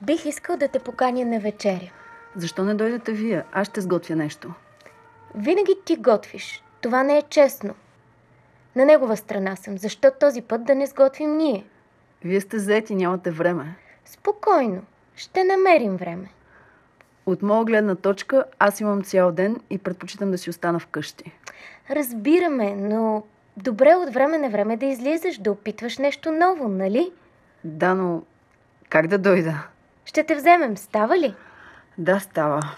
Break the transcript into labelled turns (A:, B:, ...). A: Бих искал да те поканя на вечеря.
B: Защо не дойдете вие? Аз ще сготвя нещо.
A: Винаги ти готвиш. Това не е честно. На негова страна съм. Защо този път да не сготвим ние?
B: Вие сте заети, нямате време.
A: Спокойно. Ще намерим време.
B: От моя гледна точка, аз имам цял ден и предпочитам да си остана вкъщи.
A: Разбираме, но добре от време на време да излизаш, да опитваш нещо ново, нали?
B: Да, но как да дойда?
A: Ще те вземем, става ли?
B: Да, става.